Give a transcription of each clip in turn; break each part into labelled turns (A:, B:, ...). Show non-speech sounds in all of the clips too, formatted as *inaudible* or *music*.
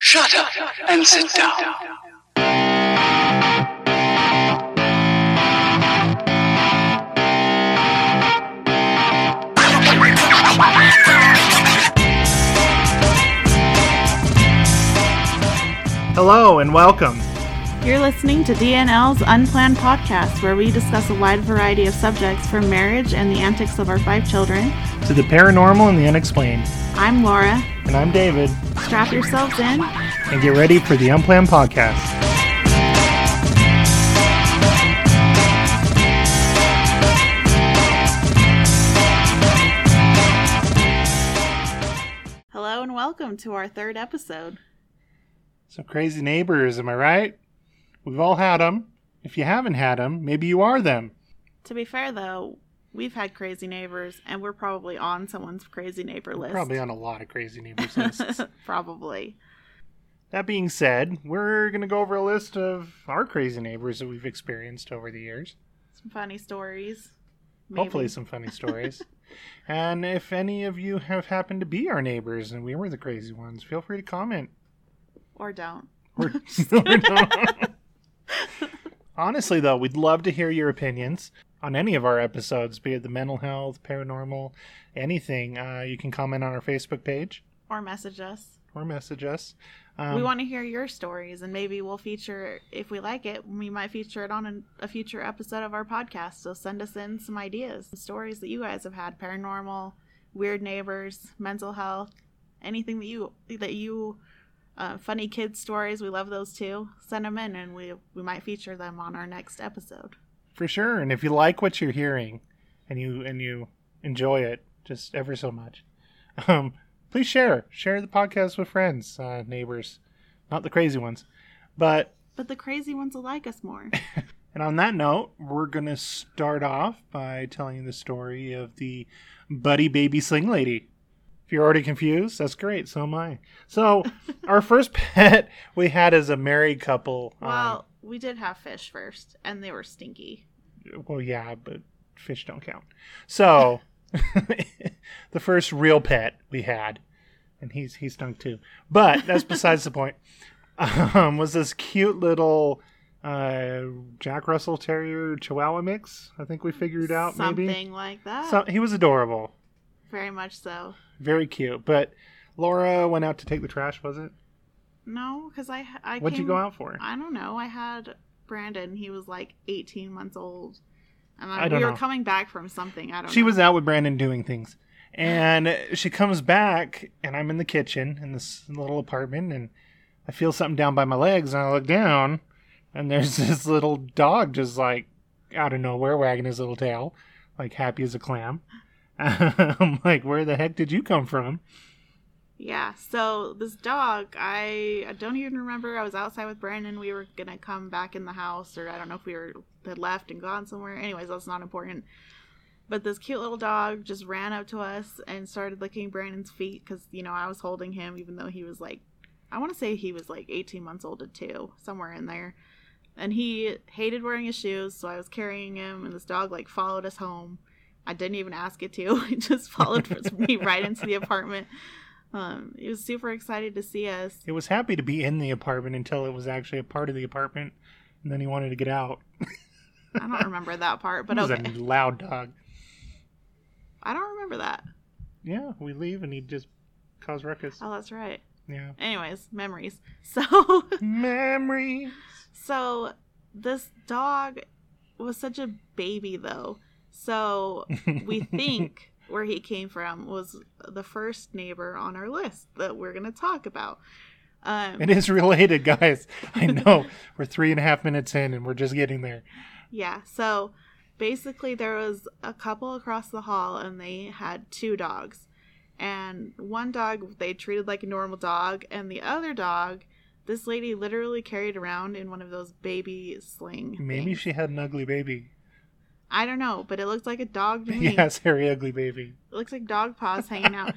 A: Shut up and sit down.
B: Hello and welcome.
C: You're listening to DNL's Unplanned Podcast, where we discuss a wide variety of subjects from marriage and the antics of our five children.
B: to the paranormal and the unexplained.
C: I'm Laura.
B: And I'm David,
C: Strap yourselves in.
B: and get ready for the Unplanned Podcast.
C: Hello and welcome to our third episode.
B: Some crazy neighbors, am I right? We've all had them. If you haven't had them, maybe you are them.
C: To be fair, though, we've had crazy neighbors, and we're probably on someone's crazy neighbor list. *laughs*
B: Probably on a lot of crazy neighbors lists. *laughs*
C: Probably.
B: that being said, we're going to go over a list of our crazy neighbors that we've experienced over the years.
C: Some funny stories. Maybe.
B: Hopefully, some funny
C: *laughs*
B: stories. and if any of you have happened to be our neighbors and we were the crazy ones, feel free to comment.
C: Or don't.
B: Or- or don't. Honestly, though, we'd love to hear your opinions on any of our episodes, be it the mental health, paranormal, anything. Uh, you can comment on our Facebook page
C: Or message us.
B: or message us. Um,
C: we want to hear your stories, and maybe we'll feature, if we like it, we might feature it on a, a future episode of our podcast. So send us in some ideas, some stories that you guys have had paranormal, weird neighbors, mental health, anything that you, that you, uh, funny kids stories. We love those too. Send them in, and we, we might feature them on our next episode.
B: for sure. And if you like what you're hearing, and you and you enjoy it just ever so much, um, please share share the podcast with friends, uh, neighbors, not the crazy ones, but
C: But the crazy ones will like us more.
B: And on that note, we're going to start off by telling the story of the Buddy Baby Sling Lady. If you're already confused, that's great. So am I. So, our first pet we had as a married couple. *laughs* um,
C: well, we did have fish first, and they were stinky.
B: well, yeah, but fish don't count. So, *laughs* the first real pet we had, and he's he stunk too. But that's besides the point. *laughs* Um, was this cute little uh, Jack Russell Terrier Chihuahua mix? I think we figured out
C: Something
B: maybe.
C: like that.
B: So he was adorable,
C: Very much so.
B: very cute. But Laura went out to take the trash, was it?
C: No, because I I
B: What'd you
C: came-
B: go out for?
C: I don't know. I had Brandon. He was like 18 months old, and
B: I
C: I,
B: don't
C: we
B: know.
C: were coming back from something. I don't.
B: she
C: know.
B: was out with Brandon doing things. And she comes back, and I'm in the kitchen in this little apartment, and I feel something down by my legs, and I look down, and there's *laughs* this little dog just like out of nowhere wagging his little tail, like happy as a clam. *laughs* I'm like, where the heck did you come from?
C: Yeah. So this dog, I, I don't even remember. I was outside with Brandon. We were gonna come back in the house, or I don't know if we were had left and gone somewhere. Anyways, that's not important. But this cute little dog just ran up to us and started licking Brandon's feet because you know I was holding him, even though he was like, I want to say he was like 18 months old to two, somewhere in there. And he hated wearing his shoes, so I was carrying him, and this dog like followed us home. I didn't even ask it to; *laughs* it just followed me right into the apartment. Um, he was super excited to see us.
B: *laughs* It was happy to be in the apartment until it was actually a part of the apartment, and then he wanted to get out.
C: I don't remember that part, but
B: it was
C: okay.
B: a loud dog.
C: I don't remember that.
B: Yeah, we leave, and he just cause ruckus.
C: Oh, that's right.
B: Yeah.
C: Anyways, memories. *laughs* So,
B: Memories.
C: so this dog was such a baby though. So
B: *laughs*
C: we think where he came from was the first neighbor on our list that we're gonna talk about. Um,
B: It is related, guys. I
C: *laughs*
B: know. we're three and a half minutes in and we're just getting there.
C: Yeah. So basically, there was a couple across the hall, and they had two dogs. And one dog they treated like a normal dog, and the other dog, this lady literally carried around in one of those baby sling.
B: Maybe
C: things.
B: she had an ugly baby.
C: I don't know, but it looked like
B: *laughs*
C: a dog to me.
B: Yes, very ugly baby.
C: It looks like dog paws hanging out.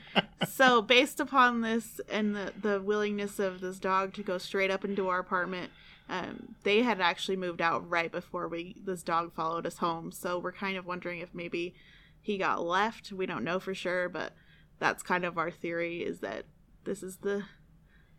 C: so, based upon this and the, the willingness of this dog to go straight up into our apartment, um, they had actually moved out right before we this dog followed us home. So we're kind of wondering if maybe he got left. We don't know for sure, but that's kind of our theory is that this is the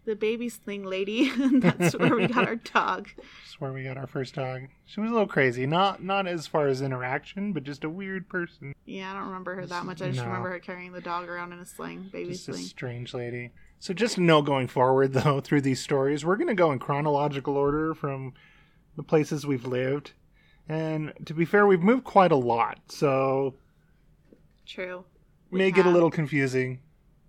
C: the baby's thing lady. *laughs* That's where we got our dog.
B: That's where we got our first dog. She was a little crazy. Not not as far as interaction, but just a weird person.
C: Yeah, I don't remember her that much. I just
B: No.
C: remember her carrying the dog around in a sling, baby
B: Just a
C: sling.
B: strange lady. So just know going forward though through these stories, we're gonna go in chronological order from the places we've lived. And to be fair, we've moved quite a lot, so
C: True. We
B: may get a
C: have.
B: little confusing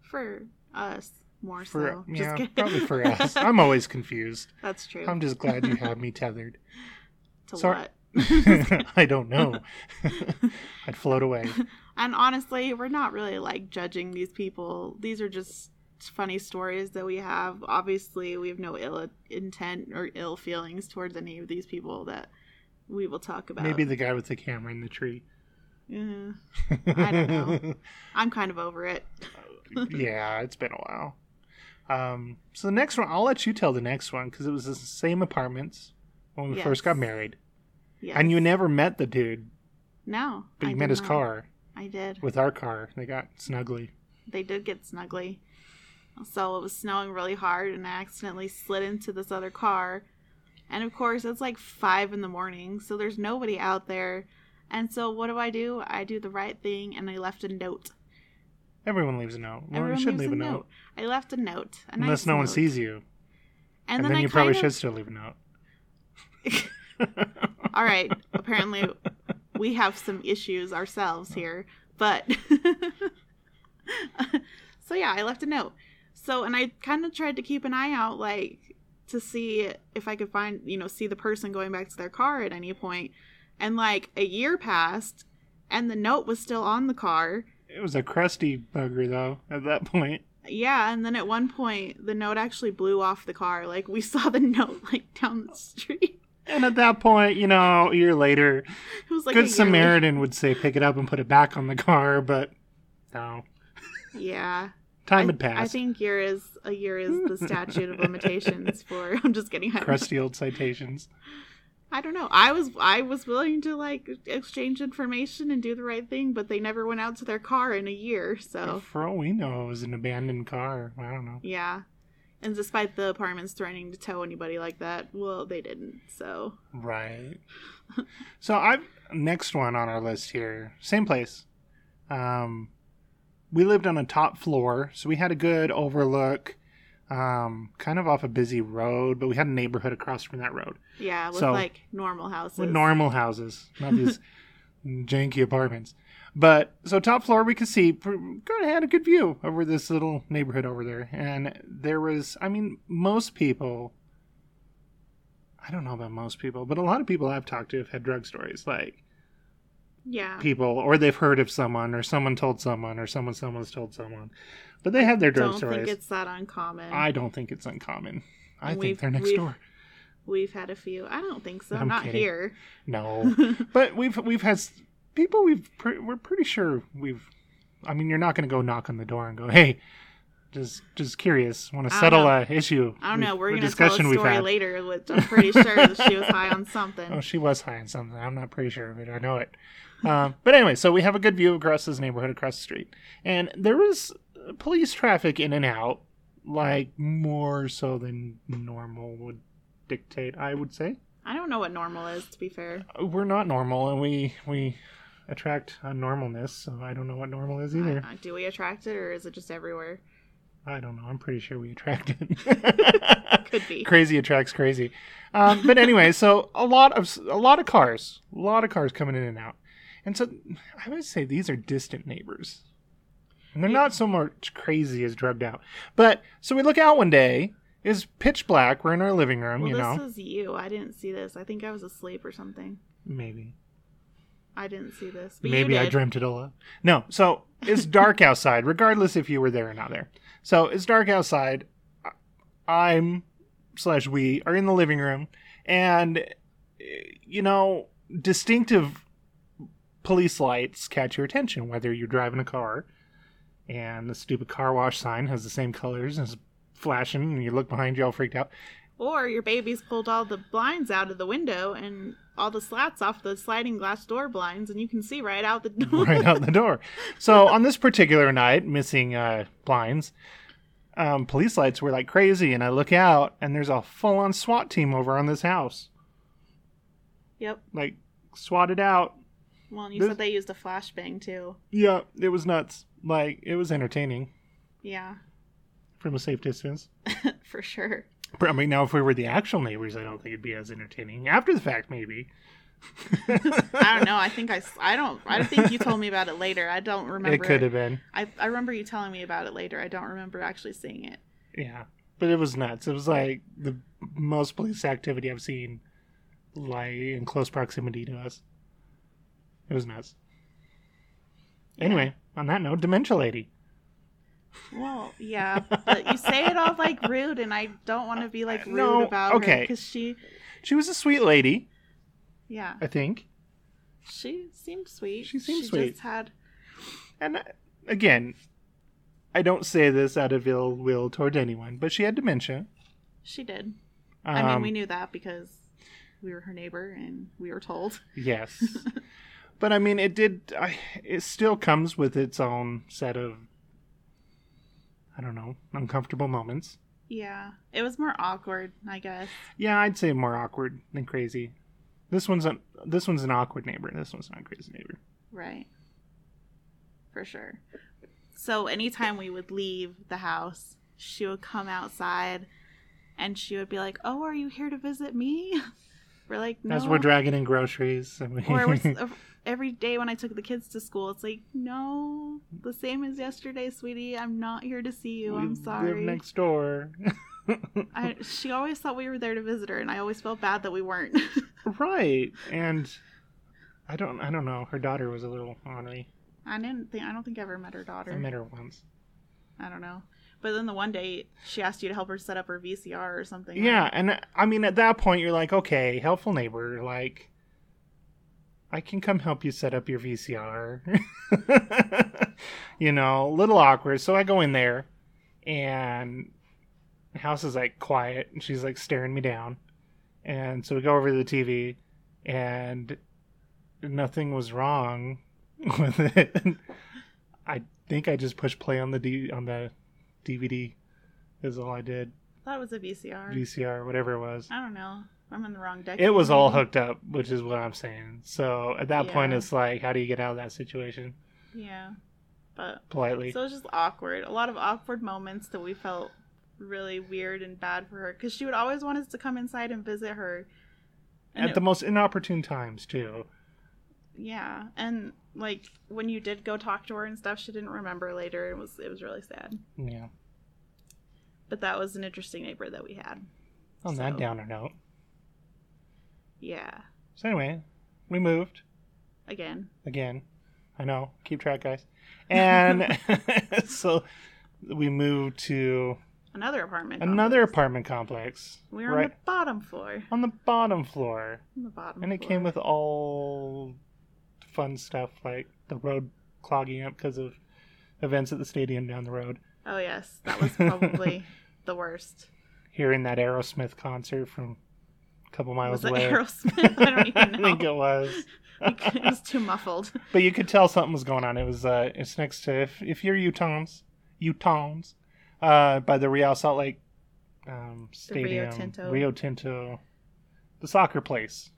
C: For us, more
B: for
C: so. Just
B: yeah,
C: kidding.
B: probably
C: *laughs*
B: for us. I'm always confused.
C: That's true.
B: I'm just glad you have me
C: *laughs*
B: tethered. *laughs*
C: to
B: sorry.
C: what?
B: *laughs*
C: *laughs*
B: I don't know. I'd float away.
C: And honestly, we're not really like judging these people. These are just funny stories that we have. Obviously, we have no ill intent or ill feelings towards any of these people that we will talk about.
B: Maybe the guy with the camera in the tree.
C: Yeah. I don't know. *laughs* I'm kind of over it.
B: *laughs* yeah, it's been a while. Um, so the next one, I'll let you tell the next one because it was the same apartments when we first got
C: Yes.
B: married,
C: Yeah.
B: and you never met the dude,
C: No.
B: but
C: I
B: you met
C: did
B: his
C: not.
B: car
C: I did.
B: with our car. They got snuggly.
C: they did get snuggly. So it was snowing really hard, and I accidentally slid into this other car. And of course, it's like five in the morning, so there's nobody out there. And so, what do I do? I do the right thing, and I left a note.
B: Everyone leaves a note. Well,
C: Everyone
B: you should
C: leaves
B: leave
C: a
B: a note,
C: note. I left a note, a
B: unless
C: nice
B: no one
C: note.
B: sees you,
C: And,
B: and,
C: then,
B: then,
C: I
B: you
C: kind
B: probably
C: of,
B: should still leave a note.
C: All right, apparently, we have some issues ourselves here, but *laughs* so yeah, I left a note. So, and I kind of tried to keep an eye out, like to see if I could find, you know, see the person going back to their car at any point. And like a year passed, and the note was still on the car.
B: *laughs* It was a crusty bugger though. At that point,
C: Yeah, and then at one point, the note actually blew off the car. Like we saw the *laughs* note like down the street.
B: and at that point, you know, a year later,
C: It was like a
B: Good
C: year later.
B: Samaritan would say pick it up and put it back on the car, but no.
C: Yeah.
B: Time
C: I-
B: had passed.
C: I think year is a year is the
B: *laughs*
C: statute of limitations for. *laughs* I'm just kidding. I don't,
B: Crusty old
C: *laughs*
B: citations.
C: I don't know. I was I was willing to like exchange information and do the right thing, but they never went out to their car in a year. So
B: For all we know, it was an abandoned car. I don't know.
C: yeah. And despite the apartments threatening to tow anybody like that, well, they didn't. So
B: Right. *laughs* so I've next one on our list here. Same place. Um, we lived on a top floor, so we had a good overlook. Um, kind of off a busy road, but we had a neighborhood across from that road.
C: yeah, with
B: So-
C: like normal houses.
B: With normal houses, not these janky apartments. But so top floor, we could see kind of had a good view over this little neighborhood over there, and there was, I mean, most people. I don't know about most people, but a lot of people I've talked to have had drug stories, like
C: Yeah.
B: people, or they've heard of someone, or someone told someone, or someone someone's told someone, but they had their drug
C: Don't
B: stories.
C: think it's that uncommon.
B: I don't think it's uncommon. I
C: We've-
B: think they're next
C: we've-
B: door.
C: We've had a few. I don't think so.
B: I'm
C: Not
B: kidding.
C: here. *laughs*
B: No, but we've we've had s- people we've pre- we're pretty sure we've. I mean, you're not going to go knock on the door and go, "Hey, just just curious, want to
C: I don't
B: settle
C: know.
B: a issue."
C: I don't know.
B: we've-
C: We're
B: a
C: gonna tell a
B: we've
C: story
B: had."
C: later, which I'm pretty sure that she was high
B: *laughs*
C: on something.
B: Oh, she was high on something. I'm not pretty sure, but I know it. Um, but anyway, so we have a good view across this neighborhood, across the street, and there was uh, police traffic in and out, like more so than normal would dictate. I would say.
C: I don't know what normal is, to be fair.
B: we're not normal and we we attract unnormalness so i don't know what normal is either
C: Uh, do we attract it, or is it just everywhere?
B: i don't know i'm pretty sure we attract it
C: *laughs* Could be.
B: crazy attracts crazy um, but anyway so a lot of a lot of cars a lot of cars coming in and out and so i would say these are distant neighbors and they're not so much crazy as drugged out but so we look out one day it's pitch black we're in our living room
C: Well,
B: you
C: this
B: know
C: was you. I didn't see this. I think I was asleep or something.
B: maybe
C: I didn't see this. But
B: Maybe
C: you
B: I
C: did.
B: dreamt it all up. No, so it's dark outside, regardless if you were there or not there. So it's dark outside. I- I'm slash we are in the living room, and eh, you know, distinctive police lights catch your attention, whether you're driving a car, and the stupid car wash sign has the same colors and is flashing, and you look behind you all freaked out.
C: Or your baby's pulled all the blinds out of the window and all the slats off the sliding glass door blinds, and you can see right out
B: *laughs*
C: the door.
B: right out the door. So on this particular night, missing uh, blinds, um, police lights were like crazy, and I look out, and there's a full on SWAT team over on this house,
C: *laughs* Yep.
B: like swatted out.
C: Well, and you
B: This-
C: said they used a flashbang too.
B: Yeah, it was nuts. Like it was entertaining
C: Yeah, *laughs*
B: from a safe distance.
C: for sure.
B: But, I mean, now if we were the actual neighbors, I don't think it'd be as entertaining. After the fact, maybe. *laughs*
C: *laughs* I don't know. I think I, s- I don't. I think you told me about it later. I don't
B: *laughs*
C: remember.
B: It could have been.
C: I, I remember you telling me about it later. I don't remember actually seeing it.
B: Yeah. But it was nuts. It was like the most police activity I've seen like in close proximity to us. It was nuts. Anyway, on that note, Dementia Lady.
C: Well,
B: *laughs*
C: yeah, but you say it all like rude, and I don't want to be like rude
B: No,
C: about her
B: okay.
C: because she,
B: She was a sweet lady,
C: yeah,
B: I think.
C: she seemed sweet.
B: She seemed
C: she
B: sweet.
C: Just had
B: And uh, again, I don't say this out of ill will toward anyone, but she had dementia.
C: she did.
B: Um,
C: I mean, we knew that because we were her neighbor, and we were told.
B: Yes.
C: *laughs*
B: but I mean, it did. I, it still comes with its own set of, I don't know, uncomfortable moments.
C: Yeah, it was more awkward, I guess.
B: Yeah, I'd say more awkward than crazy. This one's an this one's an awkward neighbor. This one's not a crazy neighbor.
C: Right. For sure. So anytime we would leave the house, she would come outside and she would be like, "Oh, are you here to visit me?" *laughs* We're like, "No."
B: As we're dragging in groceries, and we, *laughs*
C: or we're, every day when I took the kids to school, it's like, "No, the same as yesterday, sweetie. I'm not here to see you.
B: we
C: I'm sorry."
B: live next door.
C: *laughs* I, she always thought we were there to visit her, and I always felt bad that we weren't.
B: *laughs*
C: *laughs*
B: right, and I don't I don't know. Her daughter was a little ornery.
C: I didn't think I don't think I ever met her daughter.
B: I met her once.
C: I don't know. But then the one day she asked you to help her set up her VCR or something. right?
B: Yeah, and uh, I mean, at that point, you're like, okay, helpful neighbor, like, I can come help you set up your VCR. *laughs* you know, a little awkward. So I go in there, and the house is like quiet, and she's like staring me down. And so we go over to the TV, and nothing was wrong *laughs* with it. I think I just pushed play on the D- on the DVD. Is all I did.
C: thought it was a VCR.
B: VCR, whatever it was.
C: I don't know. I'm in the wrong decade.
B: It was all
C: maybe.
B: hooked up, which is what I'm saying. So at that point,
C: Yeah.
B: it's like, how do you get out of that situation
C: Yeah, but
B: politely?
C: so it was just awkward. A lot of awkward moments that we felt really weird and bad for her because she would always want us to come inside and visit her. And
B: at
C: it-
B: the most inopportune times, too.
C: yeah, and like when you did go talk to her and stuff, she didn't remember later. It was it was really sad.
B: Yeah.
C: But that was an interesting neighbor that we had.
B: On that
C: So-
B: downer note.
C: Yeah,
B: So anyway, we moved
C: again.
B: again. I know. Keep track, guys.
C: *laughs*
B: And *laughs* so we moved to
C: Another apartment.
B: another
C: complex.
B: apartment complex.
C: We were on the bottom floor.
B: on the bottom floor.
C: On the bottom.
B: And it
C: floor.
B: came with all fun stuff like the road clogging up because of events at the stadium down the road.
C: Oh yes,
B: *laughs*
C: that was probably the worst.
B: Hearing that Aerosmith concert from a couple miles
C: was it
B: away. *laughs*
C: Aerosmith? I don't even know.
B: think it was.
C: *laughs* it was too muffled.
B: *laughs* but you could tell something was going on. It was uh it's next to if if you're Utahns, Utahns, uh by the Real Salt Lake um
C: The Rio
B: stadium.
C: Tinto.
B: Rio Tinto the soccer place.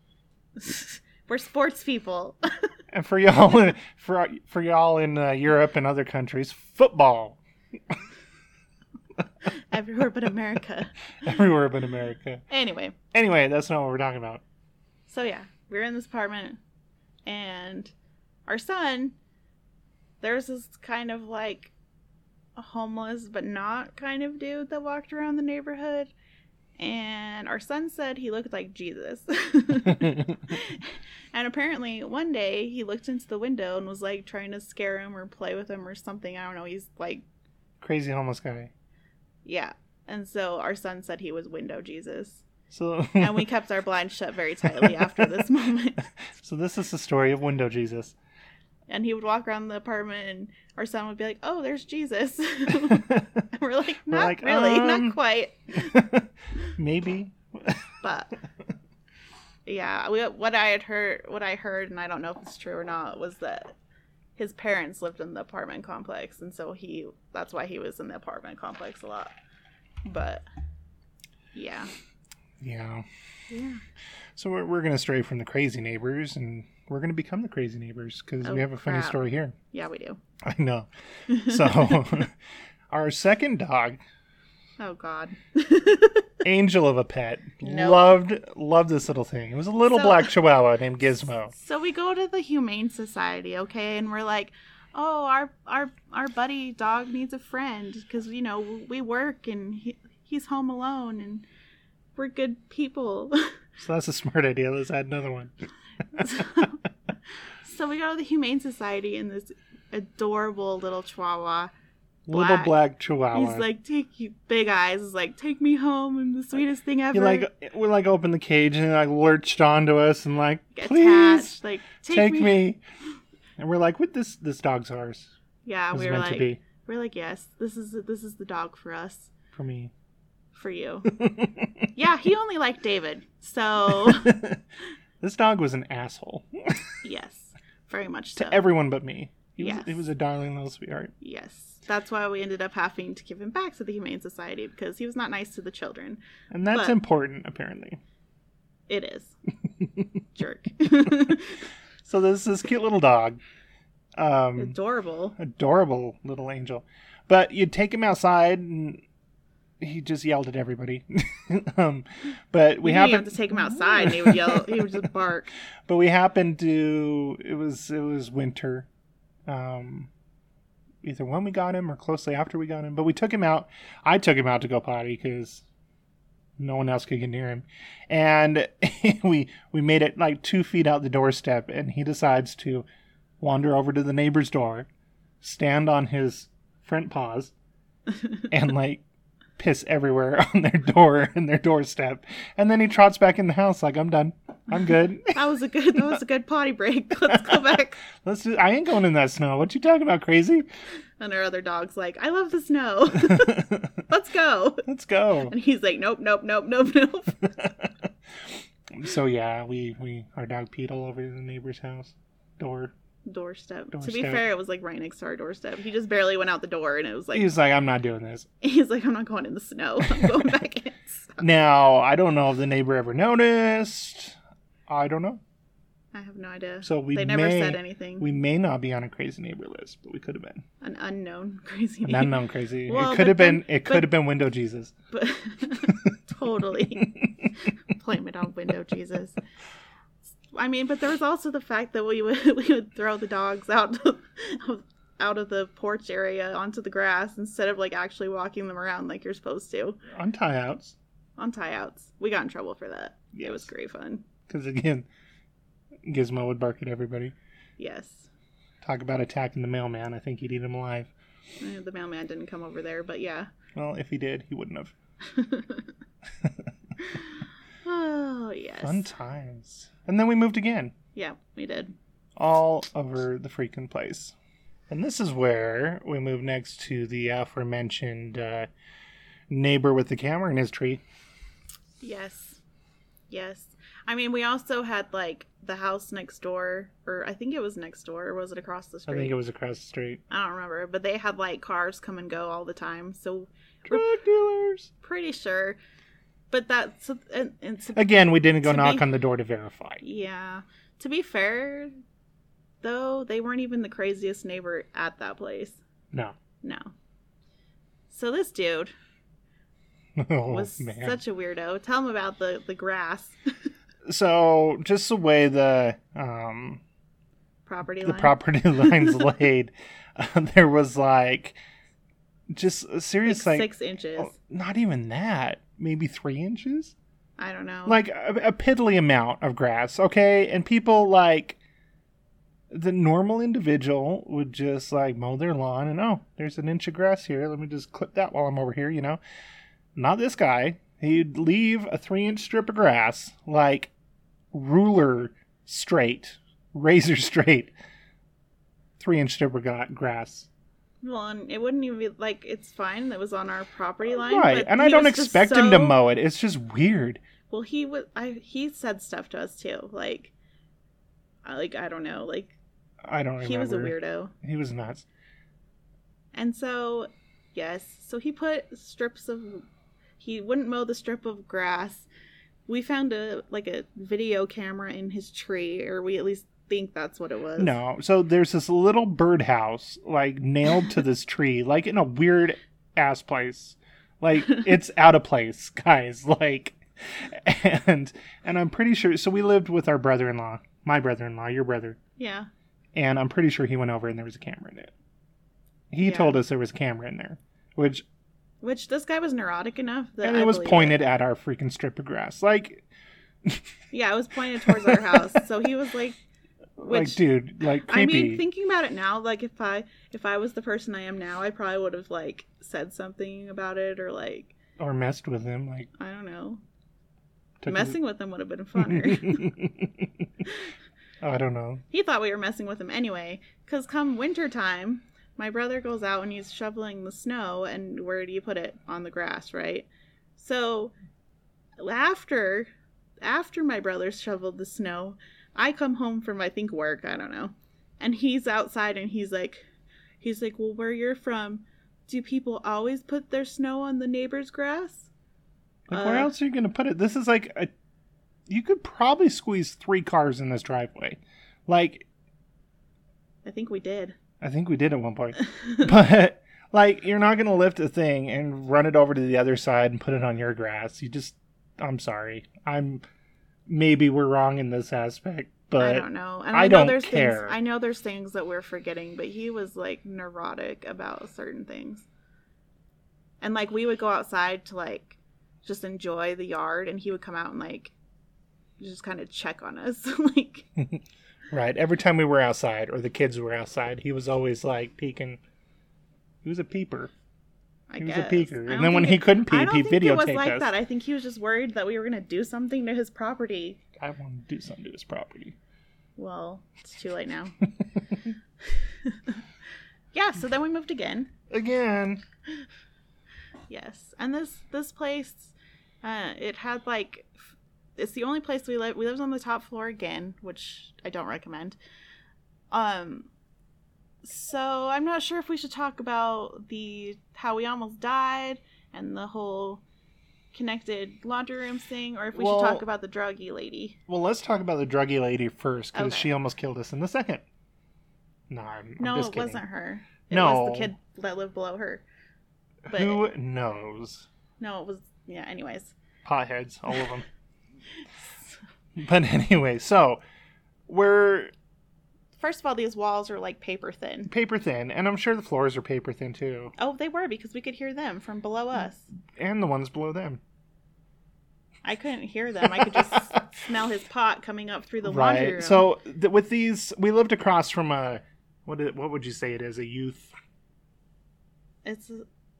C: *laughs* We're sports people. *laughs*
B: And for y'all, for for y'all in uh, Europe and other countries, football *laughs*
C: Everywhere but America.
B: everywhere but America.
C: Anyway,
B: Anyway, that's not what we're talking about.
C: so yeah, we were in this apartment and our son there's this kind of like homeless but not kind of dude that walked around the neighborhood and our son said he looked like *laughs* Jesus. And apparently, one day he looked into the window and was like trying to scare him or play with him or something. I don't know. He's like,
B: *laughs* Crazy homeless guy.
C: yeah. And so our son said he was window Jesus.
B: So
C: And we kept our blinds shut very tightly after this moment.
B: *laughs* so this is the story of Window Jesus. *laughs*
C: And he would walk around the apartment and our son would be like, oh, there's Jesus. *laughs* and
B: We're
C: we're like,
B: We're
C: not
B: like,
C: really,
B: um,
C: not quite.
B: Maybe
C: But. Yeah, we, what I had heard, what I heard, and I don't know if it's true or not, was that his parents lived in the apartment complex, and so he that's why he was in the apartment complex a lot. But yeah,
B: Yeah.
C: yeah,
B: So we're, we're going to stray from the crazy neighbors and we're going to become the crazy neighbors because
C: Oh,
B: we have a funny
C: crap.
B: story here.
C: yeah, we do.
B: I know. So *laughs* our second dog,
C: *laughs* oh God,
B: angel of a pet,
C: Nope.
B: loved loved this little thing. It was a little
C: So-
B: black chihuahua
C: *laughs*
B: named Gizmo.
C: So we go to the Humane Society, okay, and we're like, "Oh, our our our buddy dog needs a friend because you know we work and he, he's home alone and we're good people." *laughs*
B: So that's a smart idea. Let's add another one.
C: so, so we go to the Humane Society and this adorable little chihuahua.
B: Little
C: Black.
B: black chihuahua.
C: He's like, "Take you, big eyes." Is like, "Take me home." and the sweetest thing ever.
B: he like we like opened the cage and like lurched onto us and like
C: Attached,
B: please
C: like,
B: take, me. And we're like, what this this dog's ours.
C: Yeah,
B: It was
C: we were
B: meant to
C: like,
B: be
C: we're like, yes, this is this is the dog for us,
B: for
C: *laughs*
B: me.
C: for you. yeah, he only liked David.
B: *laughs*
C: So,
B: this dog was an asshole
C: yes, very much so.
B: to everyone but me. He was,
C: Yes.
B: he was a darling little sweetheart.
C: yes. That's why we ended up having to give him back to the Humane Society because he was not nice to the children.
B: And that's
C: But-
B: important, apparently. *laughs*
C: It is. Jerk.
B: So there's this cute little dog. Um,
C: Adorable.
B: adorable little angel. But you'd take him outside and he just yelled at everybody. *laughs* um, but we
C: We have
B: happened
C: to take him outside and he would yell, he would just bark.
B: but we happened to it was it was winter. Um either when we got him or closely after we got him, but we took him out. I took him out to go potty cuz no one else could get near him. And *laughs* we we made it like 2 feet out the doorstep and he decides to wander over to the neighbor's door, stand on his front paws and like piss everywhere *laughs* on their door and their doorstep. And then he trots back in the house like I'm done. I'm good.
C: That was a good that was a good potty break. *laughs* Let's go back.
B: Let's do, I ain't going in that snow. What you talking about, crazy? *laughs*
C: And our other dog's like, I love the snow. *laughs* Let's go.
B: Let's go. *laughs*
C: And he's like, Nope, nope, nope, nope, nope.
B: So yeah, we we our dog peed all over the neighbor's house door.
C: Doorstep. To be
B: Doorstep.
C: fair, it was like right next to our doorstep. He just barely went out the door and it was like
B: He's like, I'm not doing this.
C: *laughs* He's like, I'm not going in the snow. *laughs* I'm going
B: *laughs*
C: back in.
B: Now I don't know if the neighbor ever noticed. I don't know.
C: I have no idea.
B: So we
C: they never
B: may-
C: said anything.
B: We may not be on a crazy neighbor list, but we could have
C: *laughs*
B: been.
C: An unknown crazy
B: An
C: name.
B: unknown crazy.
C: Well,
B: it could have
C: but then-
B: been. It
C: but-
B: could have been Window Jesus.
C: *laughs* But
B: *laughs*
C: totally blame it on window Jesus. I mean, but there was also the fact that we would *laughs* we would throw the dogs out *laughs* out of the porch area onto the grass instead of like actually walking them around like you're supposed to
B: on tie outs.
C: on tie outs. We got in trouble for that. It was
B: Yes.
C: great fun.
B: Because again, Gizmo would bark at everybody.
C: Yes.
B: Talk about attacking the mailman. I think he'd eat him alive.
C: Eh, The mailman didn't come over there, but yeah.
B: Well, if he did, he wouldn't have.
C: Oh, yes.
B: Fun times. And then we moved again,
C: Yeah, we did.
B: all over the freaking place. And this is where we move next to the aforementioned uh, neighbor with the camera in his tree.
C: Yes. Yes. I mean, we also had like the house next door, or I think it was next door, or was it across the
B: I
C: street? I,
B: think it was across the street.
C: don't remember, but they had like cars come and go all the time, so
B: Drug dealers.
C: pretty sure. But that's and, and so-
B: Again, we didn't go
C: To
B: knock
C: be-
B: on the door to verify.
C: yeah. To be fair, though, they weren't even the craziest neighbor at that place.
B: No. *laughs*
C: No. So this dude
B: Oh,
C: was
B: man.
C: such a weirdo. Tell him about the the grass *laughs*
B: So, just the way the um,
C: property
B: the
C: line.
B: property *laughs* lines
C: *laughs*
B: laid, uh, there was like just a
C: like
B: serious like,
C: six inches.
B: oh, not even that, maybe three inches.
C: I don't know.
B: like a, a piddly amount of grass okay and people like the normal individual would just like mow their lawn and oh there's an inch of grass here let me just clip that while i'm over here you know not this guy he'd leave a three inch strip of grass like ruler straight *laughs* razor straight three inch strip of gra- grass
C: Well, and it wouldn't even be like it's fine. That was on our property line,
B: Uh, right
C: but
B: and i
C: he
B: don't
C: was just
B: expect him to
C: so-
B: mow it it's just weird
C: Well, he was. I he said stuff to us too, like, I- like I don't know, like
B: I don't remember.
C: He was a weirdo.
B: He was nuts.
C: And so, yes, so he put strips of he wouldn't mow the strip of grass. We found a like a video camera in his tree, or we at least think that's what it was.
B: No, so there's this little birdhouse like nailed to this tree, like in a weird ass place.
C: *laughs*
B: Like it's out of place, guys. Like, and and I'm pretty sure. So we lived with our brother-in-law, my brother-in-law, your brother,
C: Yeah.
B: and I'm pretty sure he went over and there was a camera in it. He
C: Yeah.
B: told us there was a camera in there, which
C: Which this guy was neurotic enough that
B: and it
C: I
B: was
C: believe
B: pointed at our freaking strip of grass. Like,
C: Yeah, it was pointed towards our house. So he
B: *laughs*
C: was like,
B: like
C: Which-
B: dude, like creepy.
C: I mean, thinking about it now, like if I if I was the person I am now, I probably would have like said something about it or like
B: or messed with him, like
C: I don't know,
B: took his- *laughs*
C: messing with him would have been funner.
B: I don't know.
C: he thought we were messing with him anyway because come winter time my brother goes out and he's shoveling the snow and where do you put it on the grass right so after after my brother shoveled the snow i come home from i think work i don't know and he's outside and he's like he's like well where you're from do people always put their snow on the neighbor's grass
B: Like, where
C: Uh,
B: else are you going to put it? This is like a. You could probably squeeze three cars in this driveway. Like,
C: i think we did *laughs*
B: I think we did at one point. but, like, you're not going to lift a thing and run it over to the other side and put it on your grass. You just. I'm sorry. I'm. Maybe we're wrong in this aspect,
C: I
B: but
C: don't know. And
B: I
C: I,
B: don't
C: know there's
B: care.
C: Things, I know there's things that we're forgetting, but he was like neurotic about certain things. And like we would go outside to like just enjoy the yard, and he would come out and like just kind of check on us. *laughs* like
B: right. Every time we were outside or the kids were outside, he was always like peeking. He was a peeper.
C: I
B: he was
C: guess.
B: a
C: I
B: peeker.
C: don't
B: And then when
C: think
B: he
C: it-
B: couldn't
C: I
B: peep,
C: don't
B: he
C: think it was
B: videotaped
C: like
B: us.
C: that. I think he was just worried that we were gonna do something to his property.
B: I want to do something to his property.
C: Well, it's too
B: *laughs*
C: late now. *laughs* yeah. So then we moved again.
B: Again.
C: Yes, and this this place, uh, it had like, f- it's the only place we lived. We lived on the top floor again, which I don't recommend. Um, so I'm not sure if we should talk about the how we almost died and the whole connected laundry room thing, or if we
B: Well-
C: should talk about the druggy lady.
B: Well, let's talk about the druggy lady first because
C: Okay.
B: she almost killed us in the second. No, I'm, I'm
C: No,
B: just
C: it
B: kidding.
C: wasn't her. It
B: No.
C: was the kid that lived below her. But
B: Who knows?
C: no, it was yeah. Anyways,
B: Potheads, all of them. *laughs* but anyway, so we're
C: first of all, these walls are like paper thin.
B: paper thin, and I'm sure the floors are paper thin too,
C: Oh, they were because we could hear them from below us.
B: and the ones below them.
C: I couldn't hear them. I could
B: *laughs*
C: just smell his pot coming up through the laundry room.
B: So th- with these, we lived across from a what? i- what would you say it is? A youth
C: it's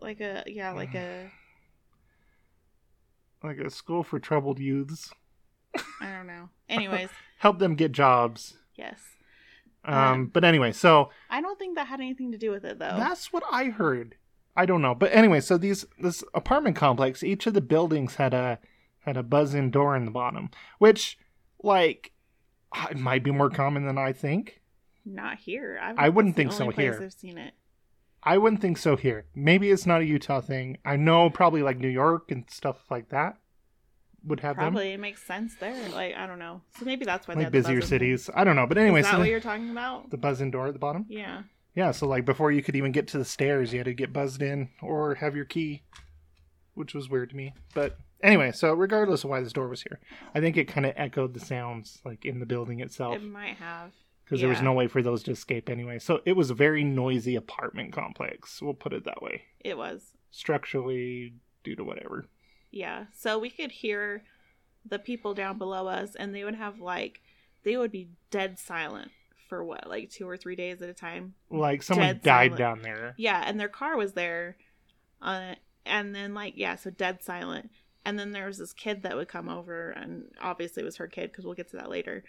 C: like a yeah, like a
B: like a school for troubled youths.
C: I don't know. Anyways,
B: Help them get jobs.
C: yes.
B: Um,
C: Um,
B: but anyway, so
C: I don't think that had anything to do with it though.
B: That's what I heard. I don't know, but anyway, so these this apartment complex, each of the buildings had a had a buzz-in door in the bottom, which like ah, it might be more common than I think.
C: Not here. I,
B: I wouldn't
C: it's the
B: think so
C: only place
B: here.
C: I've seen it.
B: I wouldn't think so here. Maybe it's not a Utah thing. I know probably like New York and stuff like that would have
C: Probably it makes sense there. Like I don't know. So maybe that's why
B: them,
C: they
B: like
C: had the
B: busier
C: buzzer.
B: cities. I don't know, but anyway,
C: Is that
B: so
C: what you're talking about?
B: the buzz-in door at the bottom.
C: Yeah.
B: Yeah, so like before you could even get to the stairs, you had to get buzzed in or have your key, which was weird to me. But anyway, so regardless of why this door was here, I think it kind of echoed the sounds like in the building itself
C: It might have.
B: because there was
C: yeah.
B: no way for those to escape anyway. So it was a very noisy apartment complex. We'll put it that way.
C: It was.
B: Structurally, due to whatever.
C: Yeah. So we could hear the people down below us and they would have like they would be dead silent for what, like two or three days at a time.
B: Like someone
C: Dead
B: died
C: silent.
B: down there.
C: Yeah, and their car was there. Uh and then like yeah, so dead silent. And then there was this kid that would come over and obviously it was her kid cuz we'll get to that later.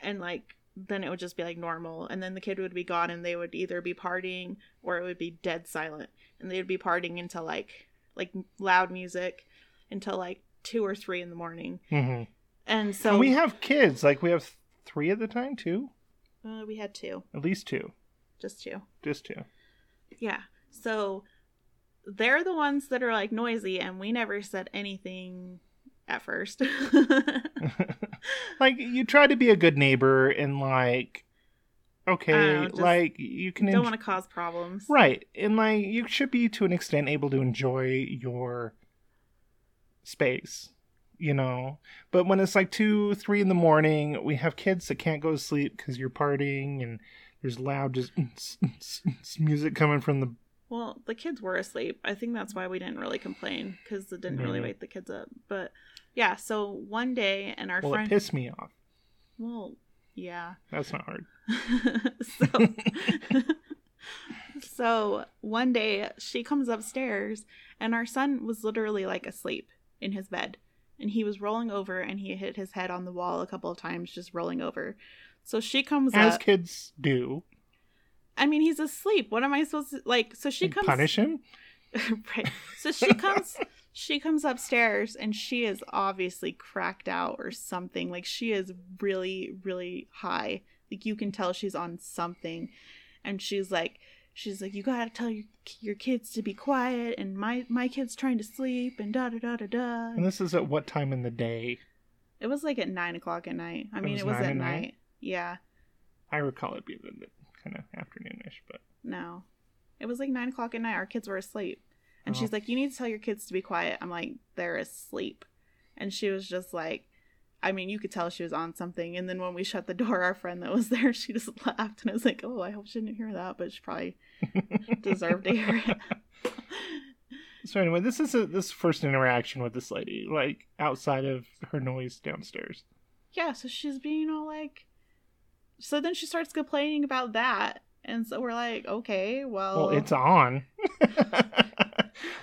C: And like then it would just be like normal and then the kid would be gone and they would either be partying or it would be dead silent and they would be partying until like like loud music until like 2 or 3 in the morning
B: hmm
C: and so
B: And we have kids. Like we have three at the time too.
C: Uh, we had two,
B: At least two.
C: just two.
B: Just two.
C: Yeah. So they're the ones that are like noisy, and we never said anything at first. *laughs*
B: *laughs* like you try to be a good neighbor and like okay,
C: know, just
B: like you can
C: Don't
B: en-
C: want to cause problems.
B: right, and like you should be to an extent able to enjoy your space, you know. But when it's like two, three in the morning, we have kids that can't go to sleep because you're partying and there's loud just *laughs* music coming from the
C: Well, the kids were asleep. I think that's why we didn't really complain because it didn't really
B: Mhm.
C: wake the kids up. But yeah, so one day, and our
B: well, it
C: friend.
B: pissed me off.
C: Well, yeah.
B: That's not hard.
C: *laughs* so, so one day she comes upstairs, and our son was literally like asleep in his bed. And he was rolling over and he hit his head on the wall a couple of times, just rolling over. So she comes
B: As
C: up.
B: kids do,
C: I mean, he's asleep. What am I supposed to like? So she
B: and
C: comes.
B: punish him.
C: *laughs* right. So she comes she comes upstairs and she is obviously cracked out or something. Like she is really really high. Like you can tell she's on something. And she's like she's like you got to tell your your kids to be quiet and my my kids trying to sleep and da da da da
B: And
C: da.
B: this is at what time in the day?
C: It was like at 9 o'clock at night. I
B: It
C: mean,
B: was
C: it was,
B: nine
C: at
B: at night?
C: night. Yeah.
B: I recall it being the kind of afternoonish, but *laughs*
C: No. It was like nine o'clock at night. Our kids were asleep. And
B: Oh.
C: she's like, You need to tell your kids to be quiet. I'm like, They're asleep. And she was just like, I mean, you could tell she was on something. And then when we shut the door, our friend that was *laughs* there, she just laughed. And I was like, Oh, I hope she didn't hear that, but she
B: *laughs*
C: probably deserved to hear it. *laughs*
B: so anyway, this is a, this first interaction with this lady, like outside of her noise downstairs.
C: yeah, so she's being all like, So then she starts complaining about that. And so we're like, Okay, well.
B: Well, it's on. *laughs*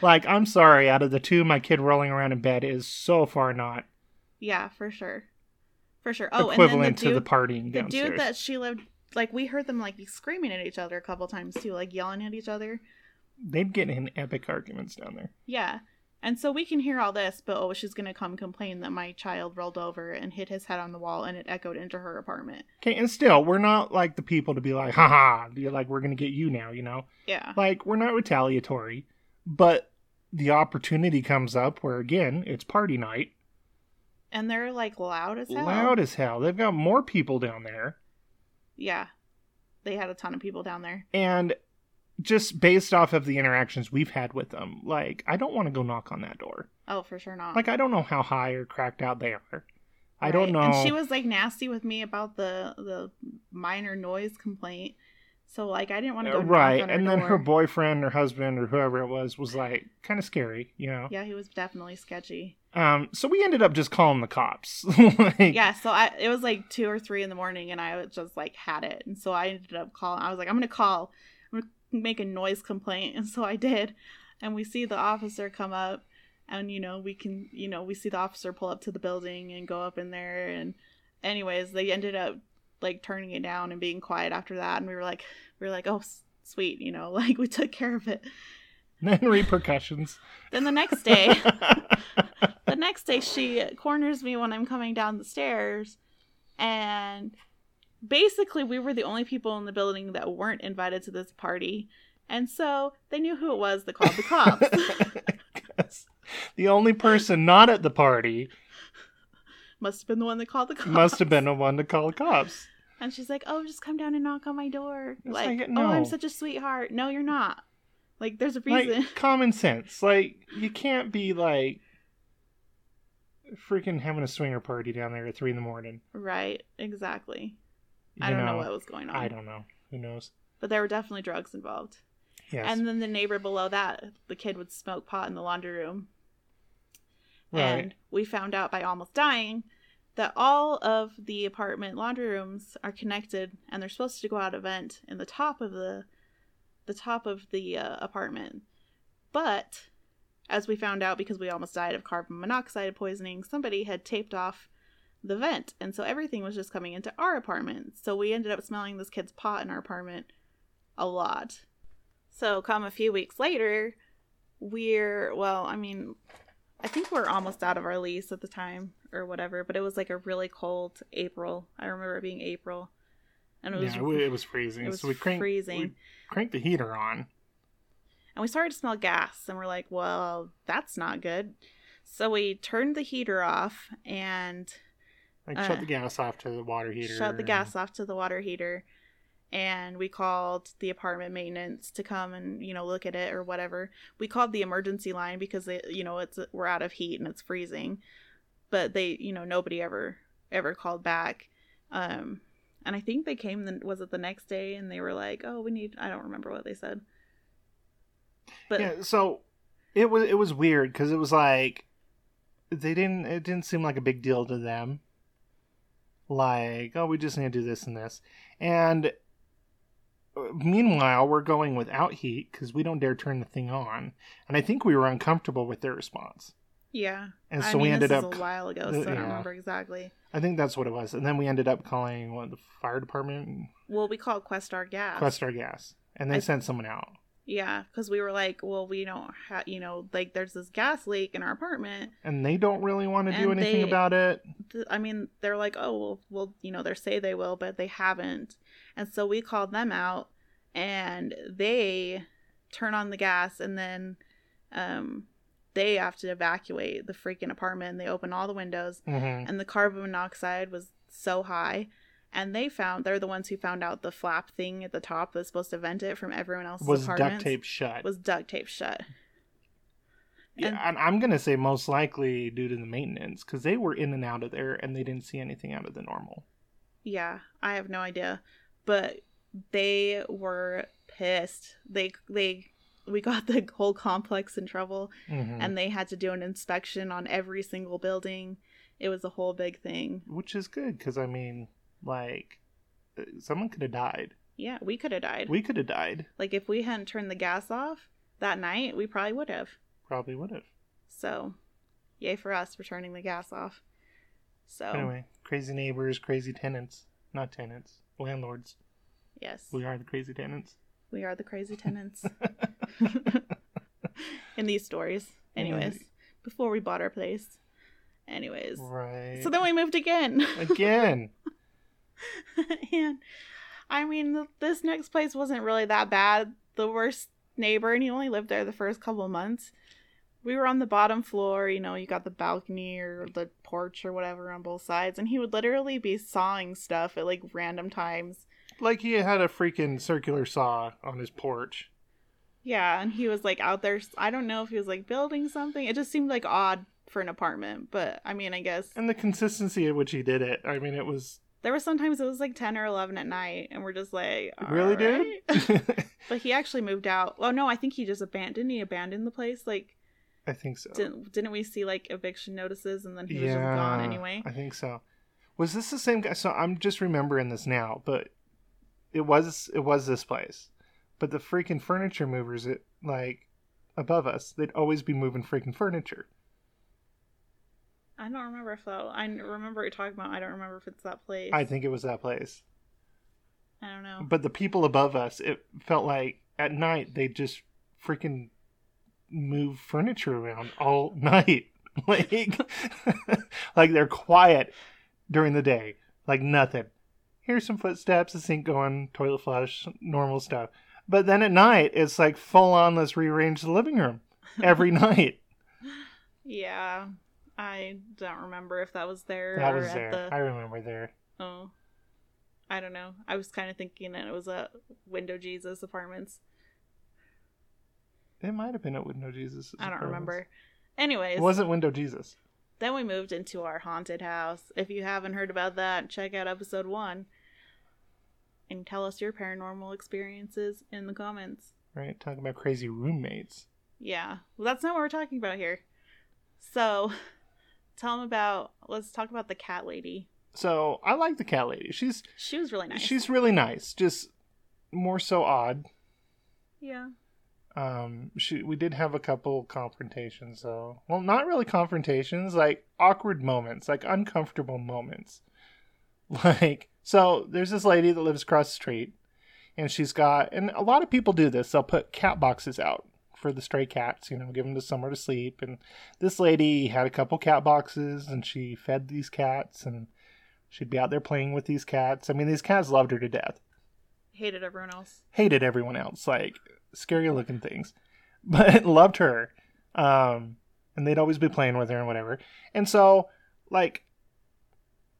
B: like, I'm sorry, out of the two, my kid rolling around in bed is so far not
C: yeah, for sure. For sure. Oh,
B: equivalent
C: and then the
B: to
C: dude,
B: the partying
C: the
B: downstairs.
C: dude that she lived like we heard them like screaming at each other a couple times too like yelling at each other
B: They'd get in epic arguments down there.
C: yeah and so we can hear all this but oh she's gonna come complain that my child rolled over and hit his head on the wall and it echoed into her apartment
B: Okay, and still, we're not like the people to be like, haha, you're like, we're gonna get you now, you know?
C: yeah
B: Like, we're not retaliatory, but the opportunity comes up where, again, it's party night.
C: and they're like loud as hell
B: Loud as hell. They've got more people down there.
C: yeah they had a ton of people down there
B: And just based off of the interactions we've had with them, like, I don't want to go knock on that door.
C: oh for sure not
B: Like, I don't know how high or cracked out they are. I
C: Right.
B: don't know.
C: and she was like nasty with me about the the minor noise complaint so like i didn't want to go
B: Uh,
C: knock
B: right.
C: on
B: And then her
C: door.
B: boyfriend or husband or whoever it was was like, kind of scary, you know?
C: yeah he was definitely sketchy
B: Um, so we ended up just calling the cops. *laughs* like,
C: yeah so i it was like two or three in the morning and i was just like had it and so i ended up calling i was like i'm gonna call i'm gonna make a noise complaint *laughs* and so i did and we see the officer come up and you know we can you know we see the officer pull up to the building and go up in there and anyways they ended up like turning it down and being quiet after that and we were like we were like oh s- sweet you know *laughs* like we took care of it
B: Then repercussions.
C: then the next day
B: *laughs*
C: the next day she corners me when I'm coming down the stairs and basically we were the only people in the building that weren't invited to this party. And so they knew who it was that called the cops.
B: *laughs* Yes. the only person not at the party
C: must have been the one that called the cops.
B: must have been the one to call the cops.
C: And she's like, "Oh, just come down and knock on my door."
B: It's
C: like,
B: like,
C: "Oh,
B: no.
C: I'm such a sweetheart." No, you're not. Like, there's a
B: Like
C: reason. *laughs*
B: common sense. Like you can't be like freaking having a swinger party down there at three in the morning.
C: right? Exactly.
B: You
C: I don't know, what was going on.
B: I don't know. Who knows?
C: But there were definitely drugs involved.
B: Yes.
C: And then the neighbor below that, the kid would smoke pot in the laundry room.
B: right.
C: And we found out by almost dying that all of the apartment laundry rooms are connected and they're supposed to go out a vent in the top of the the top of the uh, apartment. But as we found out because we almost died of carbon monoxide poisoning, somebody had taped off the vent and so everything was just coming into our apartment. So we ended up smelling this kid's pot in our apartment a lot. So come a few weeks later, we're well, I mean, I think we are almost out of our lease at the time or whatever, but it was like a really cold April. I remember it being April. and it
B: Yeah,
C: was
B: it wa- it was freezing.
C: it was
B: so we cranked,
C: freezing.
B: We cranked the heater on.
C: and we started to smell gas and we're like well that's not good so we turned the heater off and
B: Like
C: Uh,
B: shut the gas off to the water heater.
C: shut the
B: and-
C: gas off to the water heater and we called the apartment maintenance to come and you know look at it or whatever we called the emergency line because they you know it's we're out of heat and it's freezing but they you know nobody ever ever called back um and i think they came the, was it the next day and they were like oh we need i don't remember what they said but
B: yeah, so it was it was weird because it was like they didn't it didn't seem like a big deal to them. Like, oh, we just need to do this and this, and uh, meanwhile we're going without heat because we don't dare turn the thing on, and I think we were uncomfortable with their response,
C: yeah
B: and
C: I
B: so we
C: mean,
B: ended
C: this
B: up.
C: is a while ago so
B: uh,
C: i don't
B: yeah.
C: remember exactly
B: I think that's what it was, and then we ended up calling what the fire department,
C: well we called questar gas
B: Questar Gas, and they
C: I-
B: sent someone out.
C: Yeah, because we were like, well, we don't have, you know, like there's this gas leak in our apartment.
B: And they don't really want to do
C: And
B: anything
C: they-
B: about it.
C: Th- I mean, they're like, oh, well, well, you know, they say they will, but they haven't. And so we called them out, and they turn on the gas, and then um, they have to evacuate the freaking apartment. And they open all the windows,
B: hmm
C: and the carbon monoxide was so high. And they found they're the ones who found out the flap thing at the top that's supposed to vent it from everyone else's
B: Was duct
C: apartments
B: tape shut?
C: was duct tape shut.
B: Yeah,
C: And-
B: and I'm gonna say most likely due to the maintenance because they were in and out of there and they didn't see anything out of the normal.
C: Yeah, I have no idea, but they were pissed. They they we got *laughs* the whole complex in trouble,
B: Mhm.
C: and they had to do an inspection on every single building. It was a whole big thing.
B: Which is good because I mean, like, uh, someone could have died.
C: Yeah, we could have died.
B: We could have died.
C: like if we hadn't turned the gas off that night, we probably would have.
B: Probably would have.
C: So, yay for us for turning the gas off. So
B: Anyway, crazy neighbors, crazy tenants, not tenants, landlords.
C: yes,
B: We are the crazy
C: *laughs*
B: tenants. *laughs*
C: we are the crazy tenants in these stories. Anyways,
B: Right.
C: before we bought our place. Anyways.
B: right.
C: So then we moved again. *laughs*
B: again.
C: and I mean, th- this next place wasn't really that bad. The worst neighbor, and he only lived there the first couple of months. We were on the bottom floor, you know, you got the balcony or the porch or whatever on both sides, and he would literally be sawing stuff at like random times.
B: Like he had a freaking circular saw on his porch.
C: Yeah, and he was like out there. s- I don't know if he was like building something. It just seemed like odd for an apartment, but I mean, I guess
B: And the consistency at which he did it, I mean, it was
C: there were sometimes it was like 10 or 11 at night, and we're just like,
B: really
C: "Alright."
B: *laughs* dude.
C: But he actually moved out. Well, no, I think he just abandoned. Didn't he abandon the place? Like,
B: I think so.
C: didn't didn't we see like eviction notices and then he was just gone anyway?
B: I think so. Was this the same guy? So I'm just remembering this now, but it was it was this place. But the freaking furniture movers, it like above us, they'd always be moving freaking furniture.
C: I don't remember if that. I remember what you're talking about. I don't remember if it's that place.
B: I think it was that place.
C: I don't know.
B: But the people above us, it felt like at night they just freaking move furniture around all *laughs* night. Like *laughs* like they're quiet during the day. Like nothing. Here's some footsteps, the sink going, toilet flush, normal stuff. But then at night it's like full on let's rearrange the living room every night.
C: *laughs* yeah, I don't remember if that was there.
B: That
C: or
B: was
C: at
B: there.
C: The,
B: I remember there.
C: oh, I don't know. I was kind of thinking that it was a window Jesus apartments.
B: It might have been at Window Jesus.
C: I don't remember. Anyways,
B: It wasn't Window Jesus.
C: then we moved into our haunted house. If you haven't heard about that, check out episode one and tell us your paranormal experiences in the comments.
B: Right? Talking about crazy roommates.
C: Yeah, well, that's not what we're talking about here. So, *laughs* tell them about. Let's talk about the cat lady.
B: So I like the cat lady. She's
C: She was really nice.
B: she's really nice, just more so odd.
C: yeah,
B: Um, she we did have a couple confrontations though. Well, not really confrontations, like awkward moments, like uncomfortable moments. *laughs* Like so, there's this lady that lives across the street, and she's got and a lot of people do this. They'll put cat boxes out for the stray cats, you know, give them to somewhere to sleep. And this lady had a couple cat boxes, and she fed these cats and She'd be out there playing with these cats. I mean, these cats loved her to death.
C: Hated everyone else.
B: Hated everyone else, like scary looking things, *laughs* but loved her. Um, and they'd always be playing with her and whatever. And so, like,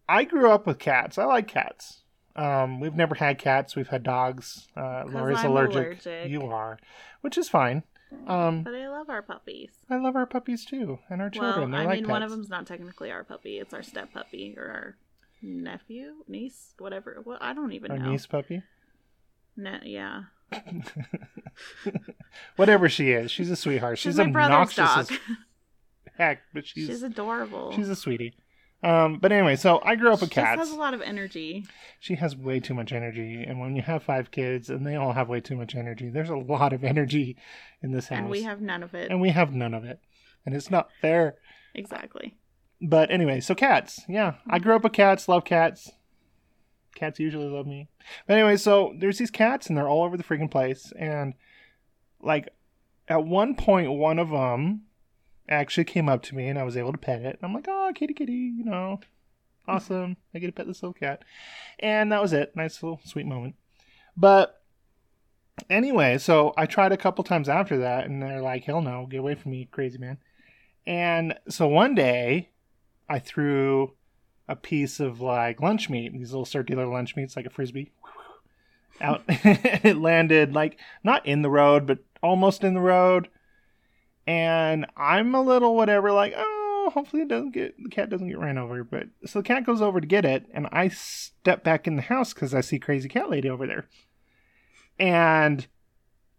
B: I grew up with cats. I like cats. Um, we've never had cats. We've had dogs. Uh,
C: 'Cause
B: Laura's
C: I'm
B: allergic.
C: allergic.
B: You are, which is fine. Um,
C: But I love our puppies.
B: I love our puppies too, and our children.
C: well,
B: They're
C: I
B: like
C: mean,
B: pets.
C: one of them's not technically our puppy. It's our step puppy or our nephew, niece, whatever. Well, I don't even
B: our
C: know.
B: niece puppy,
C: Ne- yeah.
B: whatever she is, she's a sweetheart. She's,
C: my brother's
B: obnoxious
C: dog.
B: as *laughs* heck, but she's
C: She's
B: she's a,
C: adorable.
B: sweetie. Um, but anyway, so I grew up with
C: She just
B: cats.
C: has a lot of energy.
B: she has way too much energy, and when you have five kids and they all have way too much energy, there's a lot of *laughs* energy in this house,
C: And we have none of it.
B: and we have none of it, and it's not fair.
C: exactly.
B: But anyway, so cats. Yeah, I grew up with cats. Love cats. Cats usually love me. But anyway, so there's these cats, and they're all over the freaking place. And like, at one point, one of them actually came up to me, and I was able to pet it. And I'm like, "Oh, kitty, kitty," you know, awesome. I get to pet this little cat. And that was it. Nice little sweet moment. But anyway, so I tried a couple times after that, and they're like, "Hell no, get away from me, crazy man." And so one day, I threw a piece of like lunch meat, these little circular lunch meats, like a frisbee, *laughs* out. *laughs* it landed like not in the road, but almost in the road. And I'm a little whatever, like oh, hopefully it doesn't get the cat doesn't get ran over. But so the cat goes over to get it, and I step back in the house because I see crazy cat lady over there, and.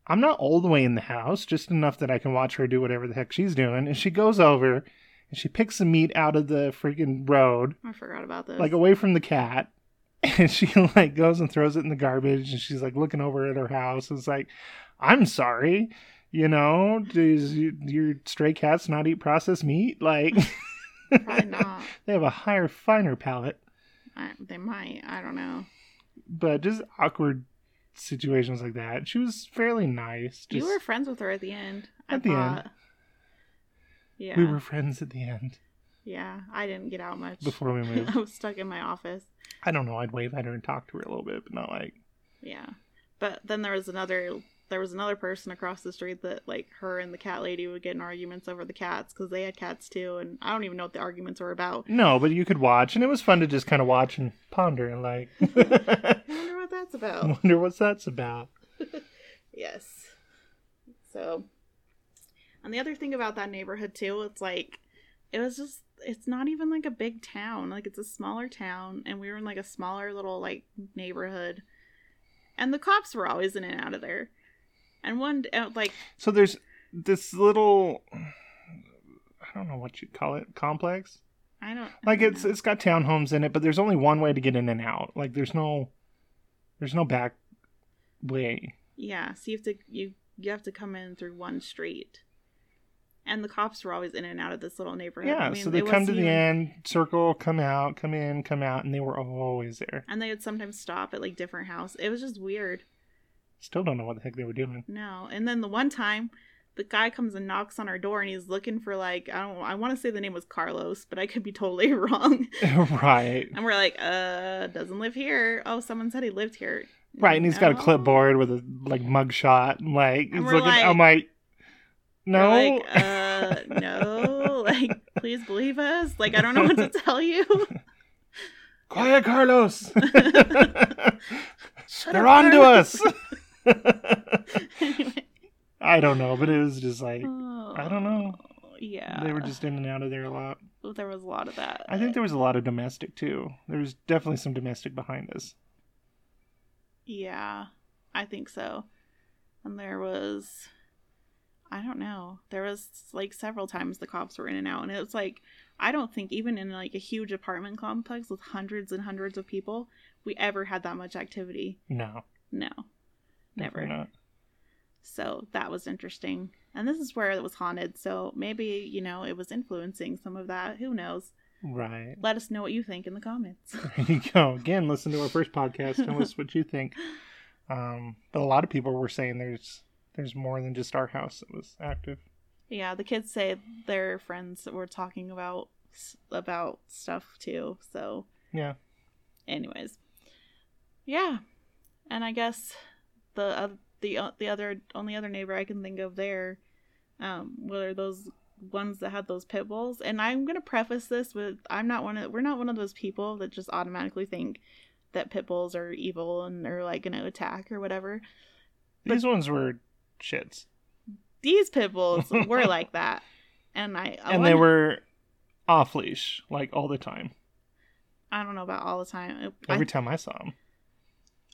B: I'm not all the way in the house, just enough that I can watch her do whatever the heck she's doing. And she goes over and she picks the meat out of the freaking road,
C: I forgot about this.
B: like away from the cat. *laughs* And she like goes and throws it in the garbage. And she's like looking over at her house. It's like, I'm sorry, you know, does you, your stray cats not eat processed meat?
C: *laughs*
B: Like, *laughs*
C: Probably not.
B: they have a higher, finer palate,
C: I, they might. I don't know.
B: but just awkward situations like that. She was fairly nice. Just,
C: you were friends with her at the end. I
B: At the end.
C: thought. Yeah.
B: we were friends at the end
C: Yeah. I didn't get out much. *laughs*
B: before we moved.
C: I was stuck in my office.
B: I don't know. I'd wave at her and talk to her a little bit, but not like
C: Yeah. But then there was another there was another person across the street that like her and the cat lady would get in arguments over the cats because they had cats too, and I don't even know what the arguments were about.
B: no. But you could watch, and it was fun to just kind of watch and ponder and
C: *laughs*
B: like *laughs*
C: I wonder what that's about.
B: wonder what that's about.
C: yes. So, and the other thing about that neighborhood too, it's like it was just it's not even like a big town. Like it's a smaller town, and we were in like a smaller little like neighborhood, and the cops were always in and out of there. And one d- uh, like
B: So there's this little I don't know what you call it complex.
C: I don't
B: Like
C: I don't
B: it's
C: know.
B: it's got townhomes in it, but there's only one way to get in and out. Like there's no there's no back way.
C: Yeah, so you have to you you have to come in through one street, and the cops were always in and out of this little neighborhood.
B: Yeah,
C: I mean,
B: so they
C: it
B: come to
C: wasn't
B: the
C: even-
B: end, circle, come out, come in, come out, and they were always there.
C: and they would sometimes stop at like different house. It was just weird.
B: Still don't know what the heck they were doing. *laughs*
C: No, and then the one time, the guy comes and knocks on our door, and he's looking for like I don't I want to say the name was Carlos, but I could be totally *laughs* wrong.
B: right.
C: and we're like, uh, doesn't live here. Oh, someone said he lived here.
B: Right, and he's got a
C: No.
B: clipboard with a like mugshot, and like
C: And
B: he's
C: we're
B: looking.
C: like-
B: I'm like,
C: We're
B: no,
C: like, uh, no, like please believe us. Like I don't know what to *laughs* tell you.
B: *laughs* quiet,
C: *laughs*
B: Carlos.
C: Shut
B: They're
C: up,
B: on to
C: Carlos.
B: us. *laughs*
C: anyway.
B: I don't know, but it was just like
C: I
B: don't know.
C: Oh, Yeah.
B: they were just in and out of there a lot.
C: there was a lot of that.
B: I think there was a lot of domestic too. There was definitely some domestic behind us.
C: Yeah. I think so. And there was I don't know. There was like several times the cops were in and out and it was like I don't think even in like a huge apartment complex with hundreds and hundreds of people we ever had that much activity.
B: No,
C: No. Never.
B: definitely Not.
C: So that was interesting. And this is where it was haunted, so maybe, you know, it was influencing some of that. Who knows?
B: Right.
C: Let us know what you think in the comments. *laughs*
B: There you go. Again, listen to our first podcast. Tell us what you think. Um, but a lot of people were saying there's there's more than just our house that was active.
C: Yeah, the kids say their friends were talking about about stuff too. So
B: Yeah.
C: Anyways, yeah, and I guess the uh, the uh, the other only other neighbor I can think of there, um, were those ones that had those pit bulls. And I'm gonna preface this with I'm not one of we're not one of those people that just automatically think that pit bulls are evil and they're like gonna attack or whatever.
B: These ones were shits,
C: These pit bulls
B: *laughs*
C: were like that, and I I
B: and they
C: wonder-
B: were off leash like all the time.
C: I don't know about all the time. I
B: Every time I saw them,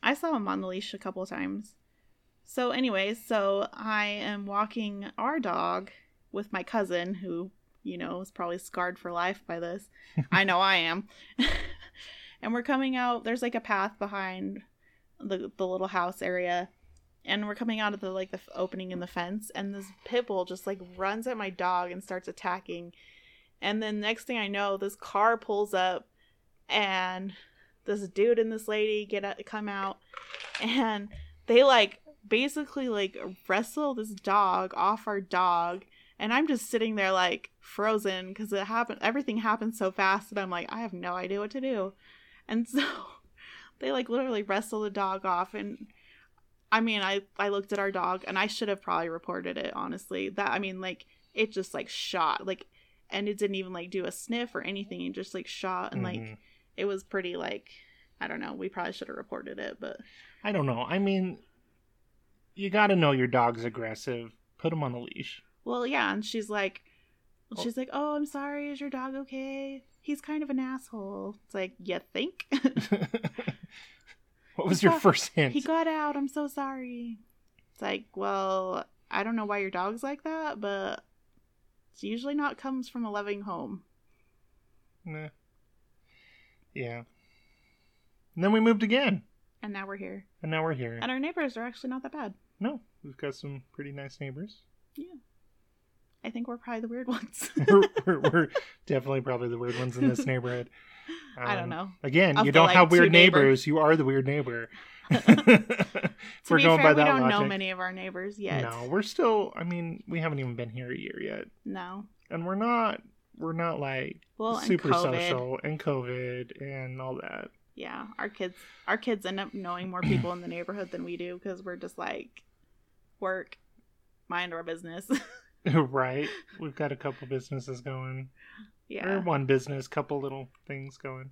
C: I saw him on the leash a couple of times. So, anyways, so I am walking our dog with my cousin, who, you know, is probably scarred for life by this. I know I am. *laughs* and we're coming out, there's like a path behind the, the little house area. And we're coming out of the like the f- opening in the fence, and this pit bull just like runs at my dog and starts attacking. And then next thing I know, this car pulls up, and this dude and this lady get out, come out and they like basically like wrestle this dog off our dog and i'm just sitting there like frozen because it happened everything happened so fast and i'm like i have no idea what to do and *laughs* so they like literally wrestle the dog off and i mean i i looked at our dog and i should have probably reported it honestly that i mean like it just like shot like and it didn't even like do a sniff or anything it just like shot and like
B: Mhm.
C: it was pretty like I don't know. We probably should have reported it, but
B: I don't know. I mean, you got to know your dog's aggressive. Put him on a
C: *laughs*
B: leash. *laughs*
C: well, yeah. And she's like,
B: Oh.
C: she's like, oh, I'm sorry. Is your dog okay? He's kind of an asshole. It's like, you
B: *laughs*
C: think?
B: what was your
C: got-
B: first hint?
C: he got out. I'm so sorry. It's like, well, I don't know why your dog's like that, but it's usually not comes from a loving home.
B: Nah. Yeah. And then we moved again,
C: And now we're here,
B: and now we're here.
C: and our neighbors are actually not that bad.
B: No, we've got some pretty nice neighbors. *laughs*
C: I think we're probably the weird *laughs* ones.
B: we're, we're, we're definitely probably the weird ones in
C: *laughs*
B: this neighborhood.
C: I don't
B: Um,
C: know.
B: Again,
C: Of
B: you
C: the,
B: don't
C: like,
B: have
C: two
B: weird
C: neighbor-
B: neighbors. You are the weird
C: *laughs*
B: neighbor. If
C: To
B: we're
C: be
B: going
C: fair,
B: by
C: we
B: that
C: don't know
B: logic.
C: many of our neighbors yet.
B: No, we're still. I mean, we haven't even been here a year yet,
C: no.
B: and we're not. We're not like
C: Well, and
B: super
C: COVID.
B: social and COVID and all that. *laughs*
C: yeah our kids our kids end up knowing more people in the neighborhood than we do because we're just like work mind our business *laughs*
B: right? We've got a couple businesses going, or
C: yeah
B: one business, couple little things going.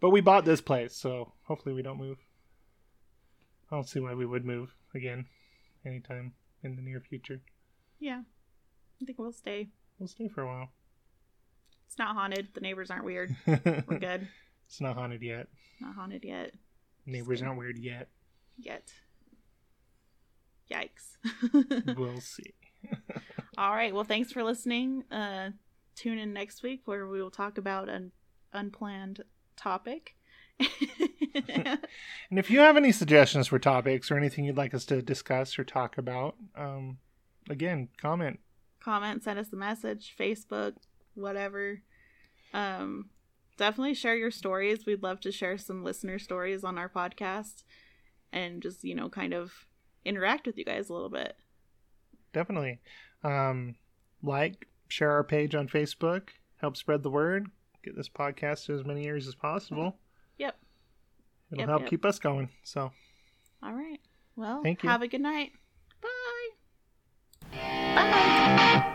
B: But we bought this place, so hopefully we don't move. I don't see why we would move again anytime in the near future.
C: yeah i think we'll stay
B: We'll stay for a while.
C: it's not haunted the neighbors aren't weird we're good
B: it's not haunted yet.
C: not haunted yet
B: Neighbors
C: kidding.
B: aren't weird
C: *laughs*
B: yet.
C: yet yikes *laughs*
B: We'll see.
C: all right well thanks for listening uh tune in next week where we will talk about an unplanned topic *laughs*
B: And if you have any suggestions for topics or anything you'd like us to discuss or talk about, um, again, comment.
C: comment, send us a message, Facebook, whatever. Um, definitely share your stories. We'd love to share some listener stories on our podcast and just, you know, kind of interact with you guys a little bit.
B: Definitely. Um, like, share our page on Facebook, help spread the word, get this podcast to as many ears as possible.
C: Yep.
B: It'll
C: Yep,
B: help
C: yep.
B: keep us going. So.
C: All right. Well,
B: Thank you.
C: have a good night. Bye. Bye.